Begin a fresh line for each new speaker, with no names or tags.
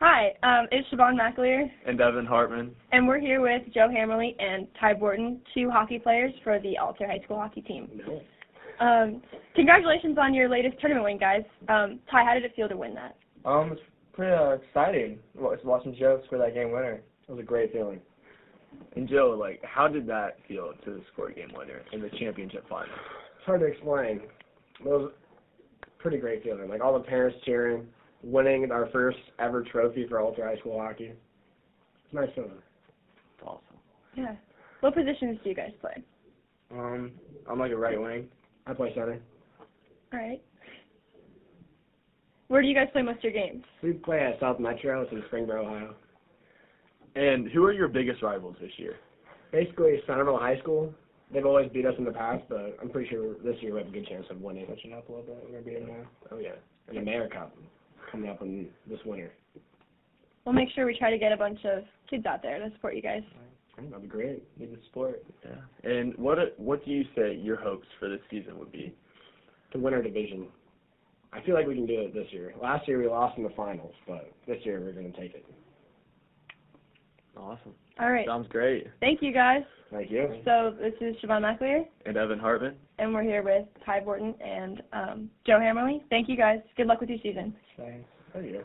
Hi, um, it's Siobhan McAleer,
And Evan Hartman.
and we're here with Joe Hammerly and Ty Borton, two hockey players for the Alter High School hockey team. Um, congratulations on your latest tournament win, guys. Um, Ty, how did it feel to win that?
Um, it's pretty uh, exciting wa- watching Joe score that game winner. It was a great feeling. And Joe, like, how did that feel to score a game winner in the championship final?
It's hard to explain. It was a pretty great feeling. Like all the parents cheering, winning our first ever trophy for ultra high school hockey. It's a nice feeling.
Awesome.
Yeah. What positions do you guys play?
Um, I'm like a right wing. I play center.
All right. Where do you guys play most of your games?
We play at South Metro. It's in Springboro, Ohio.
And who are your biggest rivals this year?
Basically, Centerville High School. They've always beat us in the past, but I'm pretty sure this year we have a good chance of winning. Switching up a little bit. We're gonna be in there. Oh yeah, and the Mayor Cup coming up in this winter.
We'll make sure we try to get a bunch of kids out there to support you guys.
I think that'd be great. Need the sport
Yeah. And what what do you say your hopes for this season would be?
to win our division. I feel like we can do it this year. Last year we lost in the finals, but this year we're going to take it.
Awesome.
All right.
Sounds great.
Thank you, guys.
Thank you.
So this is Siobhan McAleer.
And Evan Hartman.
and we're here with Ty Borton and um, Joe Hammerly. Thank you guys. Good luck with your season.
Thank you.